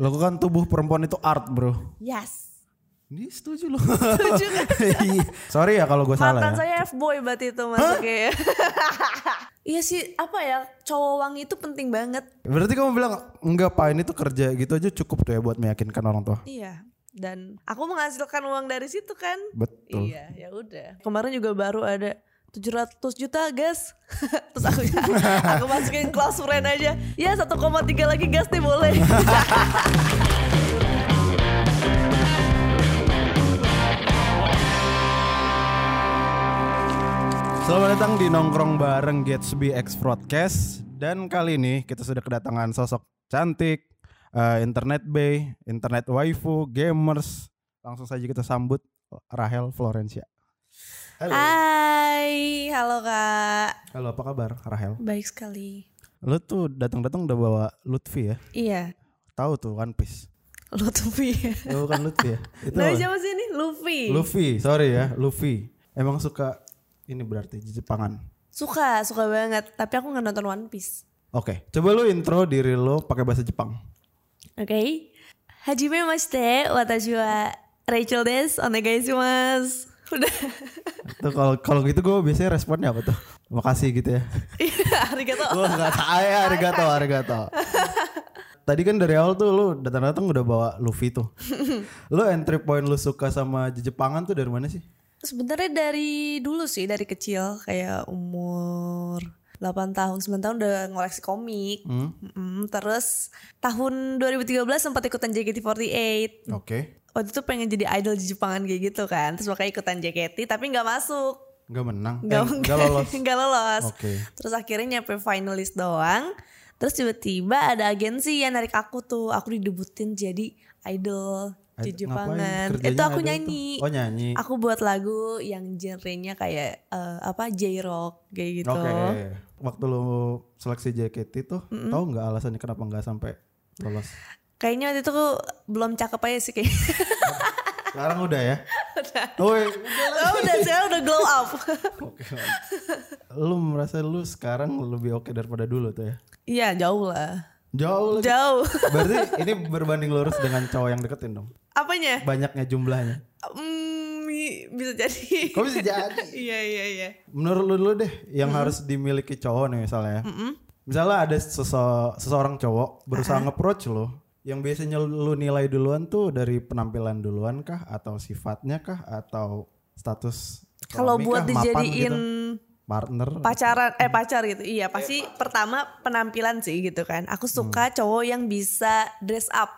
Lakukan kan tubuh perempuan itu art bro. Yes. Ini setuju loh. Setuju kan? Sorry ya kalau gue Mantan salah ya. saya F-boy berarti itu masuknya. ya. Iya sih, apa ya, cowok wangi itu penting banget. Berarti kamu bilang enggak pak ini tuh kerja gitu aja cukup tuh ya buat meyakinkan orang tua. Iya. Dan aku menghasilkan uang dari situ kan. Betul. Iya, ya udah. Kemarin juga baru ada 700 juta gas. Terus aku aku masukin close friend aja. Ya 1,3 lagi gas deh boleh. Selamat datang di nongkrong bareng Gatsby X Broadcast dan kali ini kita sudah kedatangan sosok cantik, eh, internet bay, internet waifu, gamers. Langsung saja kita sambut Rahel Florencia. Halo. Hai, halo Kak. Halo apa kabar Rahel? Baik sekali. Lu tuh datang-datang udah bawa Lutfi ya? Iya. Tahu tuh One Piece. Lutfi. Lu kan Lutfi ya? Itu Nah, apa? siapa sih ini? Luffy. Luffy, sorry ya, Luffy. Emang suka ini berarti Jepangan. Suka, suka banget. Tapi aku nggak nonton One Piece. Oke, coba lu intro diri lu pakai bahasa Jepang. Oke. Hajime mashite, watashi wa Rachel des, onegai mas. Udah. Tuh kalau kalau gitu gue biasanya responnya apa tuh? Makasih gitu ya. Iya, arigato. Gue nggak tahu ya, arigato, arigato. Tadi kan dari awal tuh lu datang-datang udah bawa Luffy tuh. lu entry point lu suka sama Jepangan tuh dari mana sih? Sebenarnya dari dulu sih, dari kecil kayak umur 8 tahun, 9 tahun udah ngoleksi komik. Hmm, Mm, terus tahun 2013 sempat ikutan JKT48. Oke. Waktu itu pengen jadi idol di Jepangan kayak gitu kan. Terus makanya ikutan JKT tapi nggak masuk. Gak menang. Eh, Nggak nggak lolos. nggak lolos. Oke. Terus akhirnya nyampe finalis doang. Terus tiba-tiba ada agensi yang narik aku tuh. Aku didebutin jadi idol di Ngapain? Jepangan. Kerjanya Itu aku ada nyanyi. Oh nyanyi. Aku buat lagu yang genrenya kayak eh, apa J-rock kayak gitu. Oke. Waktu lu seleksi JKT tuh, tahu nggak alasannya kenapa nggak sampai lolos? Kayaknya waktu itu aku belum cakep aja sih kayak. Sekarang udah ya. Woi, Oh, udah sekarang udah glow up. Oke. Lu merasa lu sekarang lebih oke daripada dulu tuh ya? Iya, jauh lah. Jauh lagi. Jauh. Berarti ini berbanding lurus dengan cowok yang deketin dong. Apanya? Banyaknya jumlahnya. Hmm, i- bisa jadi. Kok bisa jadi? Iya, iya, iya. Menurut lu dulu deh, yang harus dimiliki cowok nih misalnya. ya. Misalnya ada sese- seseorang cowok berusaha nge-approach lo, yang biasanya lu nilai duluan tuh dari penampilan duluan kah atau sifatnya kah atau status Kalau suami buat kah, mapan dijadiin gitu, partner pacaran Hmm. eh pacar gitu. Eh, Iya, pasti pertama penampilan sih gitu kan. Aku Hmm. suka cowok yang bisa dress up.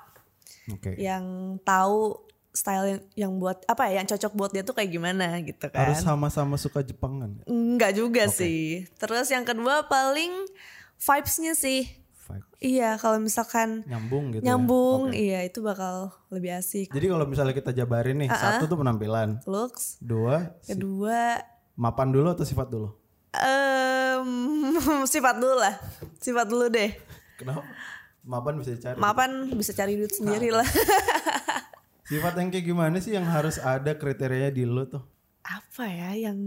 Oke. Iya. yang tahu style yang, yang buat apa ya yang cocok buat dia tuh kayak gimana gitu Harus kan sama-sama suka Jepangan. enggak juga sih terus yang kedua paling vibesnya sih Vibe. iya kalau misalkan Nyambung gitu. ya. nyambung iya itu bakal lebih asik Jadi kalau misalnya kita jabarin Uh-uh. nih, satu tuh penampilan, looks dua si- kedua mapan dulu atau sifat dulu? em sifat dulu lah sifat dulu deh Kenapa? Mapan bisa dicari. mapan bisa cari duit Nah. sendiri lah Sifat yang kayak gimana sih yang harus ada kriterianya di lu tuh? apa ya yang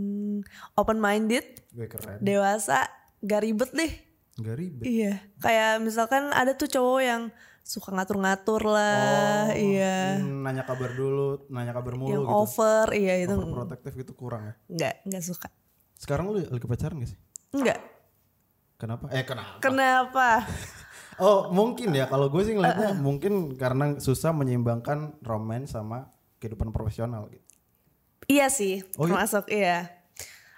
open minded Gue keren. dewasa gak ribet deh Gak ribet. Iya, kayak misalkan ada tuh cowok yang suka ngatur-ngatur lah, iya, Hmm, Nanya kabar dulu, nanya kabar mulu yang gitu. over, iya itu Protektif gitu kurang ya. nggak nggak suka, Sekarang lu lagi pacaran gak sih? nggak. Kenapa? Eh kenapa? Kenapa? Oh mungkin ya kalau gue sih Eh, ngeliatnya mungkin karena susah menyeimbangkan romance sama kehidupan profesional gitu. iya sih, Oh, iya? termasuk iya.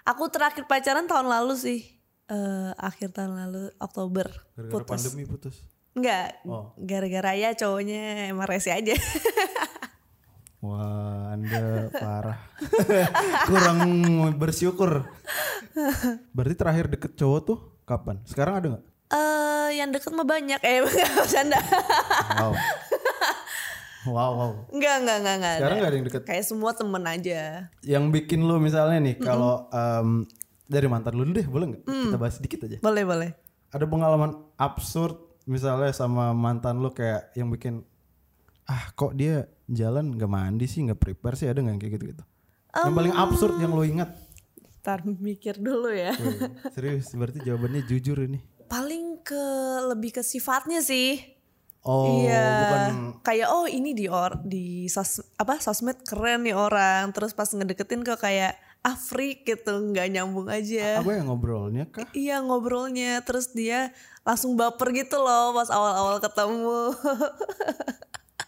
Aku terakhir pacaran tahun lalu sih, eh akhir tahun lalu Oktober Gara-gara putus. pandemi putus. Nggak, Oh. gara-gara ya cowoknya emang rese aja. Wah, Anda parah. Kurang bersyukur. Berarti terakhir deket cowok tuh kapan? Sekarang ada nggak? Eh, yang deket mah banyak, eh bercanda. Wow. Wow, wow. Nggak nggak nggak nggak. Sekarang ada. nggak ada yang deket. Kayak semua temen aja. Yang bikin lu misalnya nih, kalau em, dari mantan lu dulu deh, boleh nggak? Kita bahas sedikit aja. Boleh boleh. Ada pengalaman absurd misalnya sama mantan lu kayak yang bikin ah kok dia jalan nggak mandi sih nggak prepare sih ada nggak yang kayak gitu gitu yang paling absurd yang lo ingat Ntar mikir dulu ya. Wih, Serius, berarti jawabannya jujur ini. Paling ke lebih ke sifatnya sih. Oh, Iya. bukan kayak oh ini di or di sos apa sosmed keren nih orang terus pas ngedeketin kok kayak afrik gitu nggak nyambung aja Apa yang ngobrolnya kah? iya ngobrolnya terus dia langsung baper gitu loh pas awal-awal ketemu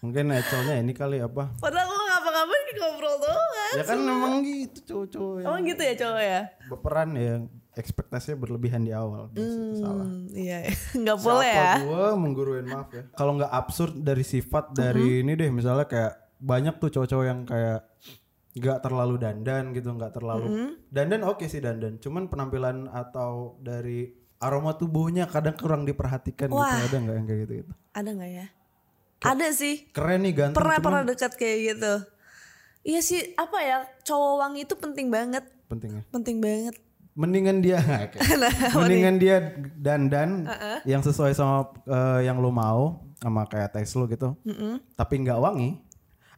Mungkin ecolnya ini kali apa? padahal aku ngapa-ngapain ngobrol doang Ya kan memang gitu cowok-cowok yang emang gitu ya cowok ya berperan ya ekspektasinya berlebihan di awal. Biasa itu salah. Hmm, iya nggak boleh ya Siapa gua mengguruin maaf ya. Kalau nggak absurd dari sifat dari Mm-hmm. ini deh misalnya kayak banyak tuh cowok-cowok yang kayak nggak terlalu dandan gitu, nggak terlalu Mm-hmm. dandan oke sih dandan, cuman penampilan atau dari aroma tubuhnya kadang kurang diperhatikan gitu Wah. ada nggak yang kayak gitu gitu. ada nggak ya ada sih Keren nih ganteng. pernah cuman pernah dekat kayak gitu iya sih apa ya cowok wangi itu penting banget penting ya. penting banget Mendingan dia oke. mendingan dia dandan yang sesuai sama eh, yang lo mau sama kayak taste lo gitu. Tapi nggak wangi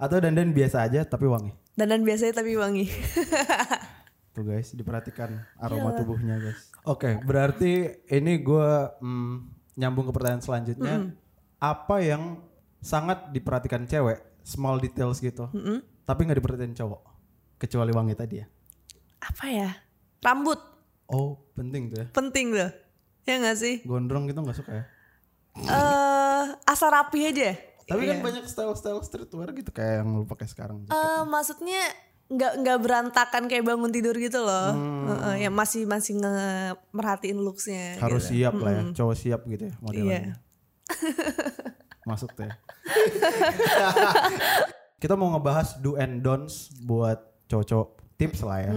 atau dandan biasa aja tapi wangi. dandan biasanya tapi wangi Tuh guys, diperhatikan aroma tubuhnya guys. Oke, berarti ini gue mm, nyambung ke pertanyaan selanjutnya. Apa yang sangat diperhatikan cewek, small details gitu, tapi nggak diperhatiin cowok, kecuali wangi tadi ya. apa ya rambut Oh, penting tuh ya. penting loh ya nggak sih Gondrong gitu nggak suka ya. eh asal rapi aja Tapi kan banyak style-style streetwear gitu kayak yang lu pakai sekarang. Eh, maksudnya nggak nggak berantakan kayak bangun tidur gitu loh Eh, eh, ya masih masih nge merhatiin looksnya Harus siap lah ya, cowok siap gitu ya modelannya. Iya. Masuk tuh ya. Kita mau ngebahas do and don'ts buat cowok-cowok tips lah ya.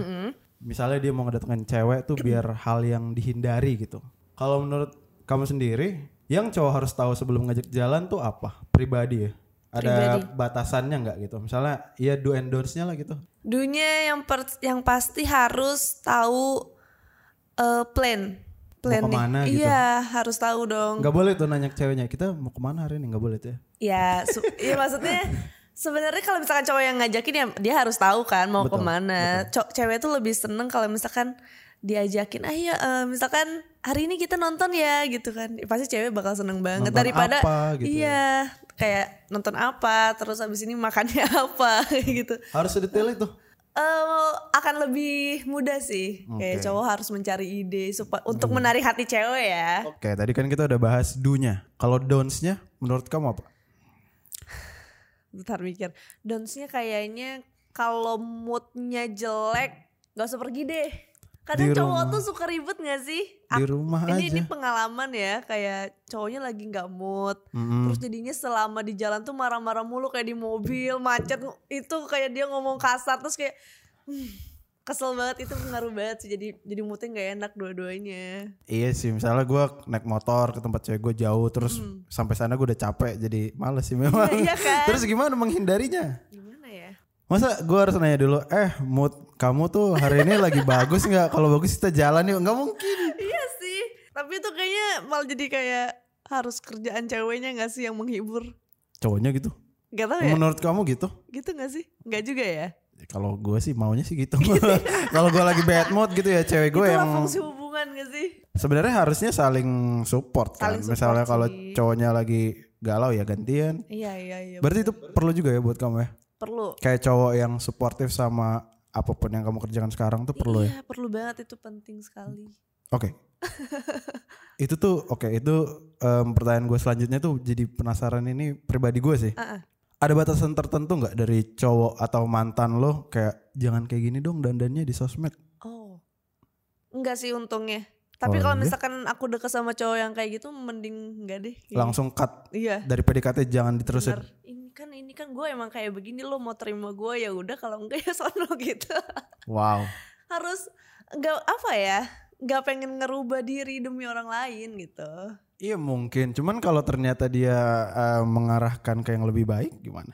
Misalnya dia mau ngedatengin cewek tuh biar hal yang dihindari gitu. Kalau menurut kamu sendiri, yang cowok harus tahu sebelum ngajak jalan tuh apa? Pribadi ya. Ada batasannya nggak gitu? Misalnya ya do and don'ts-nya lah gitu. dunia yang per- yang pasti harus tahu eh, plan plan nih. kemana gitu. iya harus tahu dong Nggak boleh tuh nanya ke ceweknya, kita mau kemana hari ini? Nggak boleh tuh ya. ya su- iya maksudnya sebenarnya kalau misalkan cowok yang ngajakin ya dia harus tahu kan mau kemana Co- cewek tuh lebih seneng kalau misalkan diajakin ah ya misalkan hari ini kita nonton ya gitu kan pasti cewek bakal seneng banget Nonton daripada apa gitu. iya kayak nonton apa terus abis ini makannya apa kayak gitu Harus sedetail itu. Eh, akan lebih mudah sih kayak Oke. Hmm. cowok harus mencari ide supaya untuk menarik hati cewek ya Oke, tadi kan kita udah bahas do-nya. Kalau don'ts-nya menurut kamu apa? Bentar mikir. Downs-nya kayaknya kalau moodnya jelek gak usah pergi deh. Kadang Di cowok rumah. tuh suka ribet gak sih? Di Ak- rumah aja. ini, ini pengalaman ya kayak cowoknya lagi gak mood. Mm-mm. Terus jadinya selama di jalan tuh marah-marah mulu kayak di mobil macet itu kayak dia ngomong kasar terus kayak "Hmm, kesel banget itu pengaruh banget sih jadi jadi moodnya gak enak dua-duanya. Iya sih, misalnya gua naik motor ke tempat cewek gue jauh, terus sampai sana gue udah capek, jadi males sih memang. Iya, iya kan? Terus gimana menghindarinya? Gimana ya? Masa gue harus nanya dulu, eh mood kamu tuh hari ini lagi bagus nggak? Kalau bagus kita jalan yuk, nggak mungkin. Iya sih, tapi itu kayaknya malah jadi kayak harus kerjaan ceweknya gak sih yang menghibur? Cowoknya gitu. Gak tau ya, Menurut kamu gitu? gitu gak sih? Gak juga ya? Kalau gue sih maunya sih gitu. Kalau gue lagi bad mood gitu ya cewek gue Itulah yang fungsi hubungan gak sih? sebenarnya harusnya saling support kan. Saling support Misalnya kalau sih. cowoknya lagi galau ya gantian. Iya, iya, iya. Berarti itu perlu juga ya buat kamu ya. perlu. Kayak cowok yang suportif sama apapun yang kamu kerjakan sekarang tuh perlu ya. Iya, perlu banget itu penting sekali. Oke. itu tuh oke itu em, pertanyaan gue selanjutnya tuh jadi penasaran ini pribadi gue sih. Ah, ah. Ada batasan tertentu nggak dari cowok atau mantan lo kayak jangan kayak gini dong dandannya di sosmed. Oh. Enggak sih untungnya. Tapi Oh, kalau iya? misalkan aku deket sama cowok yang kayak gitu mending enggak deh. kayaknya. Langsung cut Iya. dari PDKT jangan diterusin. bener. Ini kan ini kan gue emang kayak begini lo mau terima gue ya udah kalau enggak ya sono gitu. Wow. Harus enggak apa ya? Enggak pengen ngerubah diri demi orang lain gitu. Iya mungkin, cuman kalau ternyata dia eh, mengarahkan ke yang lebih baik gimana?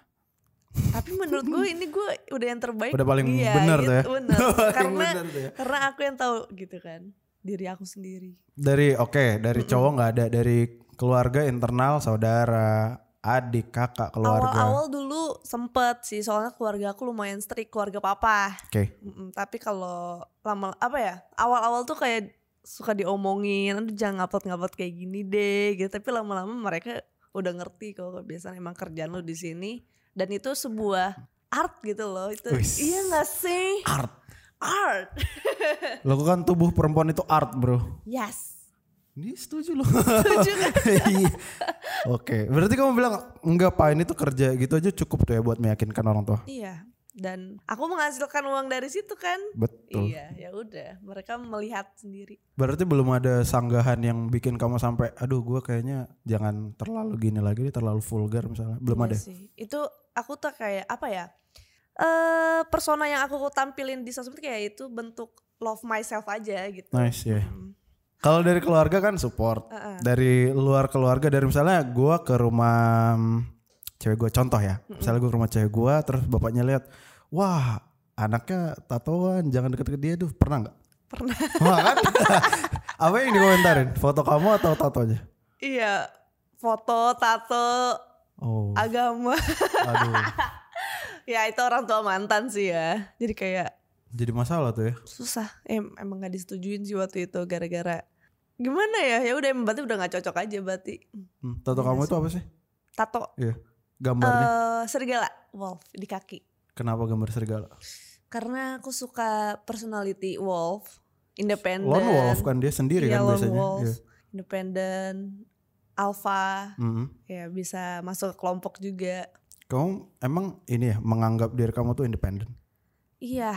Tapi menurut gue ini gue udah yang terbaik. Udah paling Iya, bener gitu, tuh ya. bener. Paling Karena bener tuh ya. karena aku yang tahu gitu kan diri aku sendiri. Dari oke, dari cowok nggak ada, dari keluarga internal, saudara, adik, kakak, keluarga. Oke. Awal-awal dulu sempet sih soalnya keluarga aku lumayan strict keluarga papa. Mm-mm, tapi kalau lama apa ya awal-awal tuh kayak suka diomongin, aduh jangan ngapot-ngapot kayak gini deh gitu. Tapi lama-lama mereka udah ngerti kalau kebiasaan emang kerjaan lu di sini dan itu sebuah art gitu loh itu Wis. iya gak sih Art. art Lakukan tubuh perempuan itu art bro. yes Ini setuju loh. Setuju kan? Iya. Oke, berarti kamu bilang enggak pak ini tuh kerja gitu aja cukup tuh ya buat meyakinkan orang tua. iya dan aku menghasilkan uang dari situ kan Betul. iya ya udah mereka melihat sendiri Berarti belum ada sanggahan yang bikin kamu sampai, aduh gue kayaknya jangan terlalu gini lagi, deh, terlalu vulgar misalnya. Belum Iya ada. sih. Itu aku tuh kayak apa ya? Eh persona yang aku tampilin di sosmed kayak itu bentuk love myself aja gitu. Nice ya. Hmm. Kalau dari keluarga kan support. Heeh. Dari luar keluarga dari misalnya gue ke rumah mm, cewek gue contoh ya. Misalnya gue ke rumah cewek gue terus bapaknya lihat, wah anaknya tatoan jangan deket-deket dia tuh pernah nggak? Pernah. Wah kan? Apa yang dikomentarin? Foto kamu atau tatonya? iya, foto, tato, Oh, agama. aduh. ya itu orang tua mantan sih ya. Jadi kayak Jadi masalah tuh ya. susah. Em- emang gak disetujuin sih waktu itu gara-gara gimana ya? Ya udah em, berarti udah nggak cocok aja berarti. Hmm, tato Iya kamu sih. itu apa sih? Tato Iya. eh Gambarnya. serigala, wolf di kaki. Kenapa gambar serigala? Karena aku suka personality wolf, independen. Lone wolf kan dia sendiri Iya, kan lone biasanya. wolf, Iya. independen, alpha, Mm-mm. ya bisa masuk ke kelompok juga. Kamu emang ini ya menganggap diri kamu tuh independen? Iya,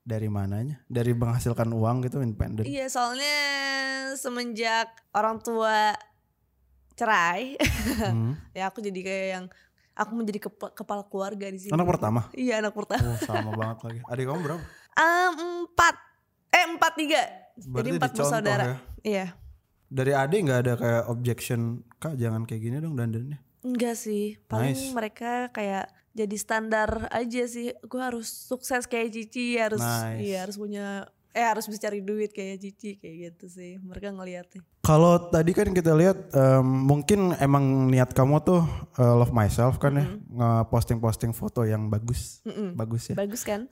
Dari mananya? Dari menghasilkan uang gitu independen. iya soalnya semenjak orang tua cerai, Hmm. ya aku jadi kayak yang aku menjadi kepa- kepala keluarga di sini. Anak pertama. Iya anak pertama. Oh, sama banget lagi. Adik kamu berapa? Ah, empat, eh empat tiga. Berarti jadi empat dicontoh bersaudara. ya. Iya. Dari adik nggak ada kayak objection, Kak jangan kayak gini dong dandannya. Enggak sih, paling Nice. mereka kayak jadi standar aja sih. Gue harus sukses kayak Cici, harus Nice. iya harus punya eh harus bisa cari duit kayak Cici kayak gitu sih. Mereka ngeliatnya. Kalau tadi kan kita lihat em, mungkin emang niat kamu tuh eh, love myself kan ya ngeposting-posting foto yang bagus, Mm-mm. bagus ya. Bagus kan?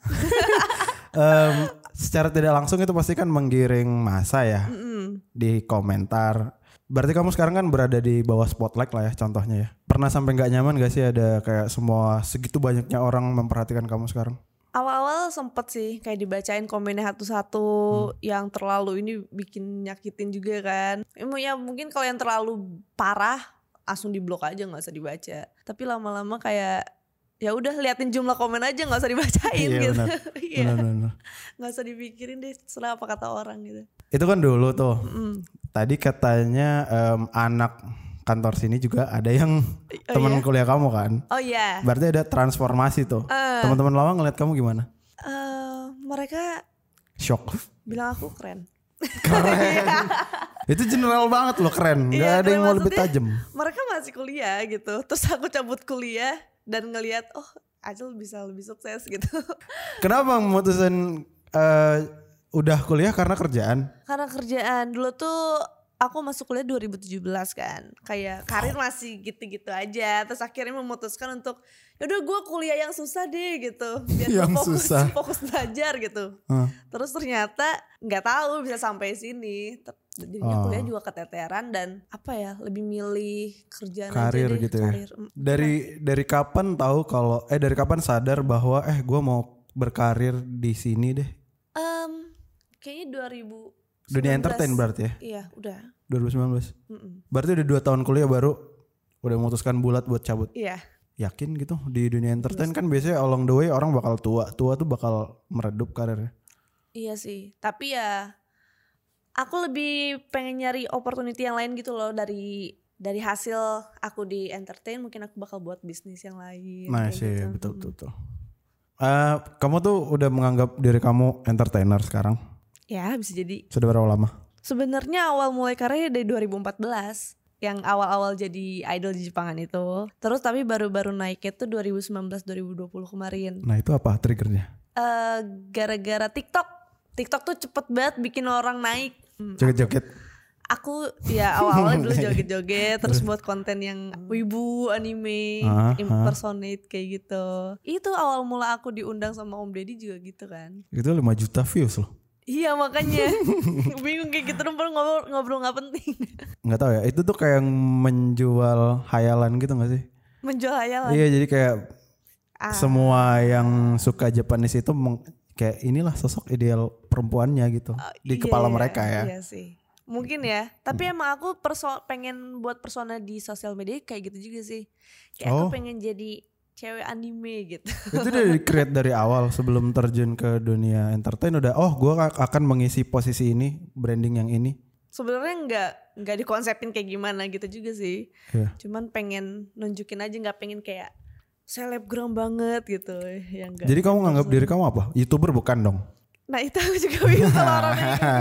Em, secara tidak langsung itu pasti kan menggiring masa ya Mm-mm. di komentar. Berarti kamu sekarang kan berada di bawah spotlight lah ya contohnya ya. Pernah sampai nggak nyaman gak sih ada kayak semua segitu banyaknya orang memperhatikan kamu sekarang? Awal-awal sempet sih kayak dibacain komennya satu-satu Hmm. yang terlalu ini bikin nyakitin juga kan. Em, Ya mungkin kalau yang terlalu parah langsung diblok aja nggak usah dibaca. Tapi lama-lama kayak ya udah liatin jumlah komen aja nggak usah dibacain Iya, gitu. benar. Iya. Benar-benar. nggak usah dipikirin deh serah apa kata orang gitu Itu kan dulu tuh. Mm. Tadi katanya em, anak kantor sini juga ada yang Oh, teman iya? kuliah kamu kan. oh ya Berarti ada transformasi tuh. Eh. Teman-teman lama ngeliat kamu gimana? Eh, mereka Shock. bilang aku keren Keren. Itu general banget loh keren. Gak Iya, ada yang mau keren lebih maksudnya. tajam. mereka masih kuliah gitu terus aku cabut kuliah dan ngelihat oh Ajel bisa lebih sukses gitu Kenapa memutusin eh, udah kuliah karena kerjaan? karena kerjaan dulu tuh aku masuk kuliah 2017 kan kayak karir masih gitu-gitu aja terus akhirnya memutuskan untuk yaudah gue kuliah yang susah deh gitu biar gua Yang fokus susah. fokus belajar gitu Hah. terus ternyata nggak tahu bisa sampai sini Ter- jadinya Oh. kuliah juga keteteran dan apa ya lebih milih kerjaan Karir aja deh, gitu ya. karir. Mm, Dari dari kapan tahu kalau eh dari kapan sadar bahwa eh gua mau berkarir di sini deh. em, kayaknya 2000 Dunia entertain berarti ya. iya udah 2019. Mm-mm. Berarti udah 2 tahun kuliah baru udah memutuskan bulat buat cabut. iya Yakin gitu di dunia entertain kan biasanya along the way orang bakal tua. Tua tuh bakal meredup karirnya. iya sih tapi ya aku lebih pengen nyari opportunity yang lain gitu loh dari dari hasil aku di entertain mungkin aku bakal buat bisnis yang lain Nah, kayak sih gitu. betul betul. Mm. betul. Eh, kamu tuh udah menganggap diri kamu entertainer sekarang. ya bisa jadi Sudah berapa lama? Sebenarnya awal mulai karirnya dari 2014 yang awal-awal jadi idol di Jepangan itu. Terus tapi baru-baru naiknya tuh 2019-2020 kemarin. Nah, itu apa triggernya? Eh, Gara-gara TikTok. TikTok tuh cepet banget bikin orang naik. Hmm, Joget-joget. Aku ya awal-awal dulu joget-joget terus buat konten yang wibu, anime, Ah, ah. impersonate kayak gitu. Itu awal mula aku diundang sama Om Deddy juga gitu kan. Itu 5 juta views loh. Iya makanya bingung kayak gitu nomor ngobrol ngobrol nggak penting nggak tahu ya itu tuh kayak menjual hayalan gitu nggak sih menjual hayalan iya jadi kayak Oh. Ah. semua yang suka Japanese itu meng- kayak inilah sosok ideal perempuannya gitu di Iya, kepala iya, mereka ya Iya sih. Mungkin ya, tapi emang aku perso pengen buat persona di sosial media kayak gitu juga sih. Kayak Oh. aku pengen jadi cewek anime gitu. itu udah di create dari awal sebelum terjun ke dunia entertain udah oh gua a- akan mengisi posisi ini branding yang ini Sebenarnya nggak nggak dikonsepin kayak gimana gitu juga sih. Iya. Cuman pengen nunjukin aja nggak pengen kayak selebgram banget gitu yang enggak. jadi kamu nganggap diri kamu apa youtuber bukan dong Nah itu aku juga bingung kalau orang ini. iya.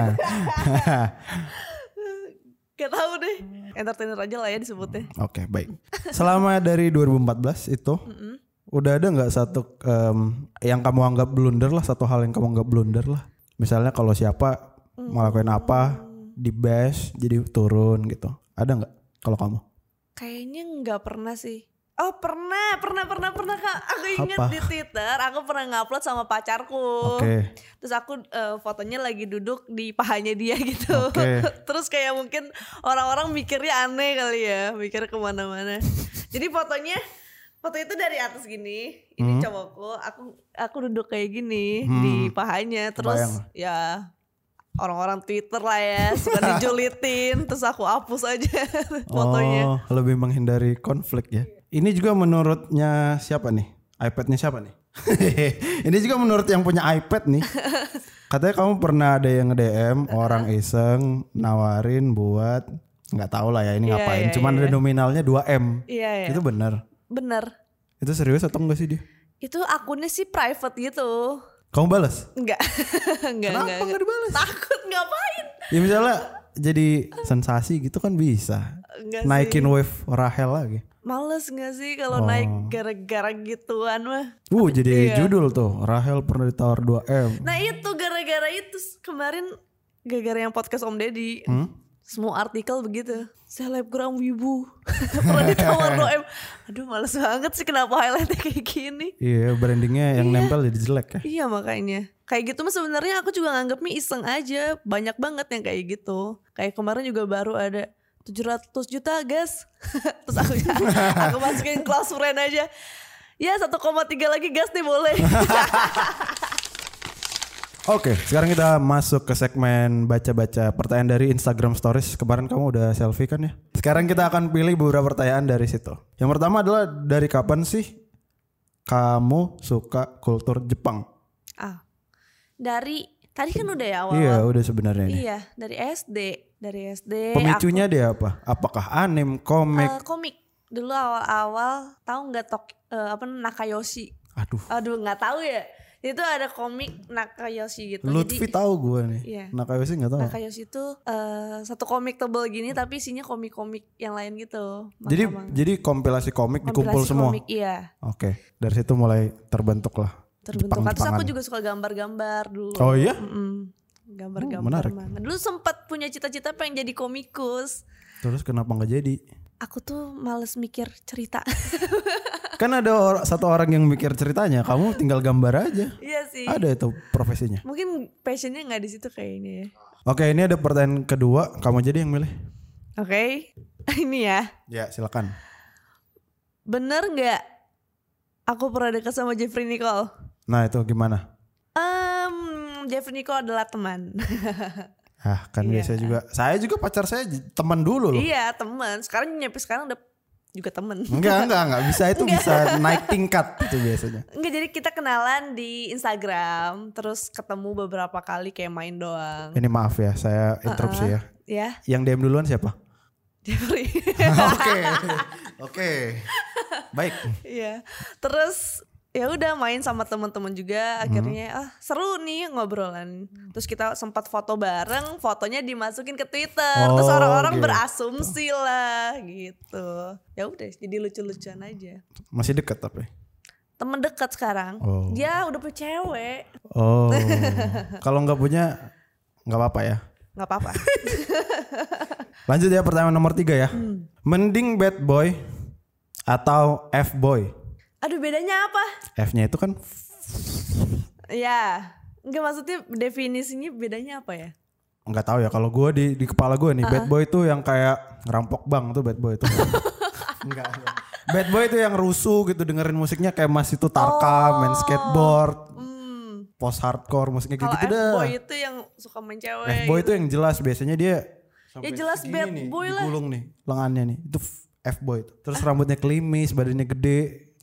Gak tahu deh. Entertainer aja lah ya disebutnya. oke baik selama dari 2014 itu Mm-mm. udah ada nggak satu em, yang kamu anggap blunder lah satu hal yang kamu anggap blunder lah misalnya kalau siapa ngelakuin apa Hmm. di bash jadi turun gitu ada nggak kalau kamu Kayaknya nggak pernah sih. Oh pernah, pernah, pernah, pernah kak. Aku inget Apa? di Twitter, aku pernah ngupload sama pacarku. oke Terus aku eh, fotonya lagi duduk di pahanya dia gitu. Oke. Terus kayak mungkin orang-orang mikirnya aneh kali ya, mikir kemana-mana. Jadi fotonya, foto itu dari atas gini. Hmm. Ini cowokku, aku aku duduk kayak gini di pahanya. Terus Kebayang. ya orang-orang Twitter lah ya, suka dijulitin. terus aku hapus aja fotonya. Oh, lebih menghindari konflik ya. Ini juga menurutnya siapa nih? iPadnya siapa nih? Ini juga menurut yang punya iPad nih. Katanya kamu pernah ada yang nge-DM orang iseng nawarin buat nggak tahu lah ya ini Iya, ngapain. iya, Cuman iya. ada nominalnya 2 m. Iya ya. Itu benar. Bener. Itu serius atau enggak sih dia? Itu akunnya sih private gitu. Kamu balas? Enggak. Kenapa enggak, enggak, Nah. enggak. nggak dibalas? Takut ngapain? Ya misalnya jadi sensasi gitu kan bisa. Enggak Iya sih. Naikin wave Rahel lagi. Males enggak sih Oh. kalau naik gara-gara gituan mah. Uh jadi Iya. judul tuh Rahel pernah ditawar 2 m. Nah, itu gara-gara itu s- kemarin gara-gara yang podcast Om Deddy. Hmm? Semua artikel begitu. Selebgram wibu. Pernah ditawar 2M. Aduh, males banget sih kenapa highlightnya kayak gini. Iya, brandingnya yang nempel jadi jelek ya. Iya makanya. Kayak gitu mah sebenarnya aku juga nganggapnya iseng aja. Banyak banget yang kayak gitu. Kayak kemarin juga baru ada 700 juta gas. Terus aku aku masukin close friend aja. Ya 1,3 lagi gas nih boleh. Oke, sekarang kita masuk ke segmen baca-baca pertanyaan dari Instagram Stories. Kemarin kamu udah selfie kan ya? Sekarang kita akan pilih beberapa pertanyaan dari situ. Yang pertama adalah dari kapan sih kamu suka kultur Jepang? ah. Dari tadi kan udah ya awal. Iya, udah sebenarnya ini. Iya, dari SD, dari SD. Pemicunya Iya. dia apa? Apakah anime, aku, komik? eh, komik. Dulu awal-awal tahu nggak tok eh, apa Nakayoshi. Aduh, Aduh, nggak tahu ya. Itu ada komik Nakayoshi gitu. Jadi- Lutfi tahu gue nih. Iya. Nakayoshi nggak tahu. ya? Nakayoshi itu eh, satu komik tebel gini tapi isinya komik-komik yang lain gitu. Manga- Jadi manga. jadi kompilasi komik dikumpul Kompilasi semua. Komik, iya. Oke, dari situ mulai terbentuk lah. Terbentuk. Jepang- Terus aku Jepangan. juga suka gambar-gambar dulu. Oh iya? Mm-mm. Oh, Gambar-gambar. menarik. manga. Dulu sempat punya cita-cita pengen jadi komikus. Terus kenapa nggak jadi? Aku tuh males mikir cerita. Kan ada or- satu orang yang mikir ceritanya, kamu tinggal gambar aja. iya sih. Ada itu profesinya. Mungkin passionnya nggak di situ kayaknya ya. Oke, ini ada pertanyaan kedua, kamu jadi yang milih. Oke. Ini ya. Ya, silakan. Bener nggak aku pernah dekat sama Jeffrey Nicole? Nah, itu gimana? Em, Jeffrey Nicole adalah teman. Ah, kan Iya. biasanya juga. Saya juga pacar saya j- teman dulu loh. Iya teman. Sekarang nyampe sekarang udah juga temen. Enggak, enggak, enggak bisa itu bisa naik tingkat itu biasanya. Enggak jadi kita kenalan di Instagram, terus ketemu beberapa kali kayak main doang. Ini maaf ya, saya interupsi ya. Ya, Yang DM duluan siapa? Jeffrey. Oke. Oke. Baik. Iya. Terus ya udah main sama teman-teman Hmm. juga akhirnya ah seru nih ngobrolan. Terus kita sempat foto bareng, fotonya dimasukin ke Twitter. terus Oh, orang-orang gitu. berasumsi lah gitu. Ya udah jadi lucu-lucuan aja. Masih dekat tapi. Temen dekat sekarang. Oh. Dia udah punya cewek. Oh. Kalau nggak punya nggak apa-apa ya. nggak apa-apa. Lanjut ya pertanyaan nomor tiga ya. Mending bad boy atau F boy? Aduh bedanya apa? F-nya itu kan Ya, Enggak maksudnya definisinya bedanya apa ya? nggak tahu ya kalau gue di di kepala gue nih bad boy tuh yang kayak ngerampok bank tuh bad boy tuh enggak enggak. bad boy tuh yang rusuh gitu dengerin musiknya kayak mas itu tarka main skateboard Hmm. post hardcore musiknya kayak Kalau gitu dah F-boy itu yang suka main cewek. F-boy itu yang jelas biasanya dia Ya jelas segini bad nih, boy lah. digulung nih lengannya nih itu f- F-boy tuh. terus rambutnya kelimis badannya gede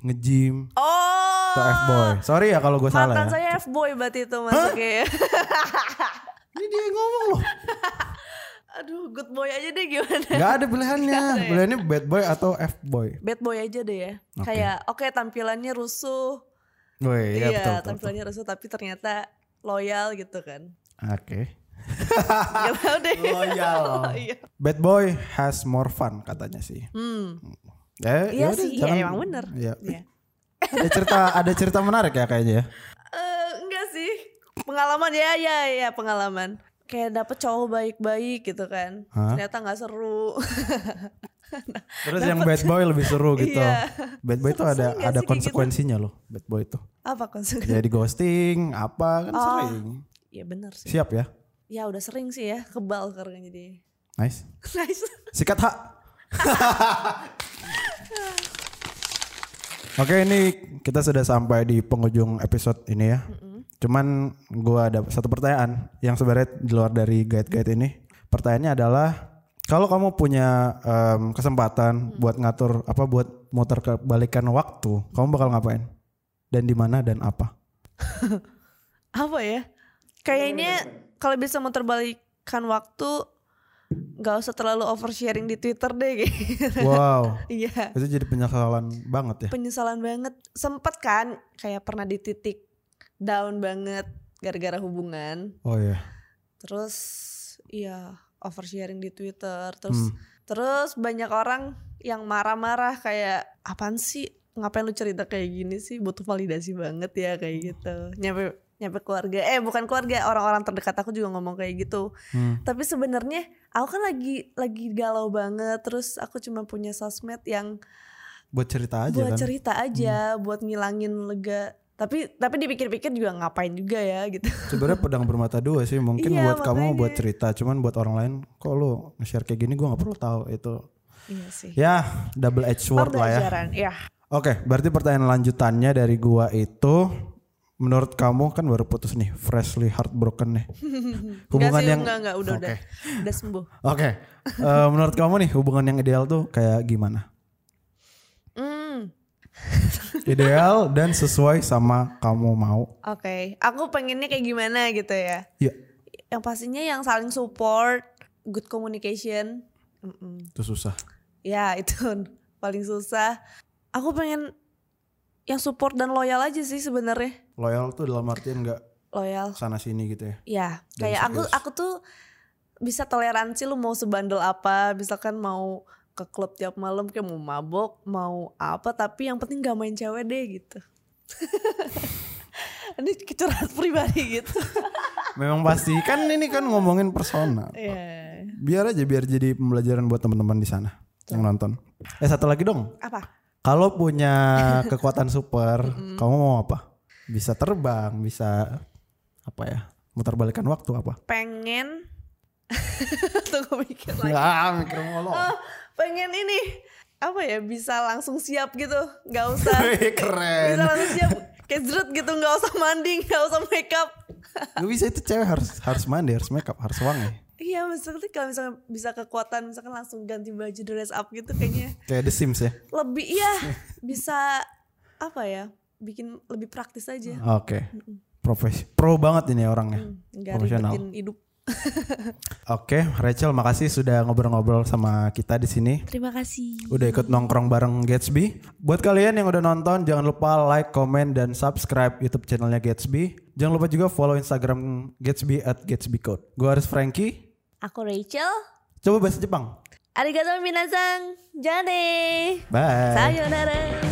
nge-gym Oh. itu F-boy sorry ya kalau gue salah Mantan ya saya F-boy berarti itu ya. masuknya. ini dia yang ngomong loh Aduh, good boy aja deh gimana? nggak ada pilihannya ya? pilihannya bad boy atau F-boy Bad boy aja deh ya. Oke. Kayak oke tampilannya rusuh. Woi, Iya, ya betul, betul, betul. tampilannya rusuh tapi ternyata loyal gitu kan. Oke. Gak tau deh. Loyal. Iya. Bad boy has more fun katanya sih. Hmm. Eh, Iya yaudah, sih, iya, emang bener. Iya. Iya. ada cerita ada cerita menarik ya kayaknya ya. Eh, enggak sih. Pengalaman ya, ya, ya pengalaman. Kayak dapet cowok baik-baik gitu kan. Hah? Ternyata nggak seru. Terus yang bad boy lebih seru gitu. Iya. Bad boy itu ada Sering ada nggak sih kayak gitu? konsekuensinya loh, bad boy itu. Apa konsekuensi? Jadi ghosting, apa Oh. kan sering. Ya bener sih. Siap ya. Ya udah sering sih ya, kebal sekarang jadi. Nice. Nice. Sikat hak. Oke ini kita sudah sampai di penghujung episode ini ya. Cuman gua ada satu pertanyaan yang sebenarnya di luar dari guide-guide ini. Pertanyaannya adalah kalau kamu punya em, Mm. kesempatan buat ngatur apa buat muter kebalikan waktu, kamu bakal ngapain? Dan di mana dan apa? Apa ya? Kayaknya kalau bisa muterbalikkan waktu nggak usah terlalu oversharing di Twitter deh gitu. Wow, Iya. itu jadi penyesalan banget ya. penyesalan banget sempet kan kayak pernah di titik down banget gara-gara hubungan Oh iya. terus iya oversharing di Twitter terus terus banyak orang yang marah-marah kayak apaan sih ngapain lu cerita kayak gini sih butuh validasi banget ya kayak Hmm. gitu nyampe nyampe keluarga eh bukan keluarga orang-orang terdekat aku juga ngomong kayak gitu Hmm. tapi sebenarnya aku kan lagi lagi galau banget terus aku cuma punya sosmed yang Buat cerita aja buat kan. cerita aja buat ngilangin lega tapi tapi dipikir-pikir juga ngapain juga ya gitu sebenarnya pedang bermata dua sih mungkin Iya, buat kamu makanya. buat cerita cuman buat orang lain kok lu nge-share kayak gini gue nggak perlu tahu itu iya sih ya double edged sword lah ya pembelajaran ya oke berarti pertanyaan lanjutannya dari gua itu menurut kamu kan baru putus nih freshly heartbroken nih hubungan sih, yang enggak, enggak, udah udah Oke. udah sembuh oke Eh, menurut kamu nih hubungan yang ideal tuh kayak gimana hmm ideal dan sesuai sama kamu mau oke aku pengennya kayak gimana gitu ya ya yang pastinya yang saling support good communication Mm-mm. itu susah ya itu paling susah aku pengen yang support dan loyal aja sih sebenarnya loyal tuh dalam artian nggak loyal sana sini gitu ya Ya, Dan kayak aku serius. aku tuh bisa toleransi lu mau sebandel apa, misalkan mau ke klub tiap malam kayak mau mabok, mau apa, tapi yang penting gak main cewek deh gitu. Ini kecurhat pribadi gitu. memang pasti kan ini kan ngomongin personal Iya. biar aja biar jadi pembelajaran buat teman-teman di sana yang nonton. Eh satu lagi dong. Apa? Kalau punya kekuatan super, kamu mau apa? Bisa terbang, bisa apa ya? Mutar balikan waktu apa? Pengen Tunggu mikir lagi. Ah, mikir mulu. Oh, pengen ini apa ya bisa langsung siap gitu, nggak usah. Wih, Bisa Keren. langsung siap kayak jrut gitu, nggak usah mandi, nggak usah make up. Gak bisa itu cewek harus harus mandi, harus makeup, harus wangi. Iya maksudnya kalau misalnya bisa kekuatan misalkan langsung ganti baju dress up gitu kayaknya Kayak The Sims ya. lebih ya bisa apa ya bikin lebih praktis aja Oke. Profes pro banget ini orangnya. Hmm, nggak Profesional. ribetin hidup. Oke, Rachel makasih sudah ngobrol-ngobrol sama kita di sini. Terima kasih. udah ikut nongkrong bareng Gatsby. Buat kalian yang udah nonton, jangan lupa like, comment, dan subscribe YouTube channelnya Gatsby. Jangan lupa juga follow Instagram Gatsby at Gatsby Code. Gue Aris Frankie. Aku Rachel. Coba bahasa Jepang. Arigato minasang. Jane. Bye. Sayonara.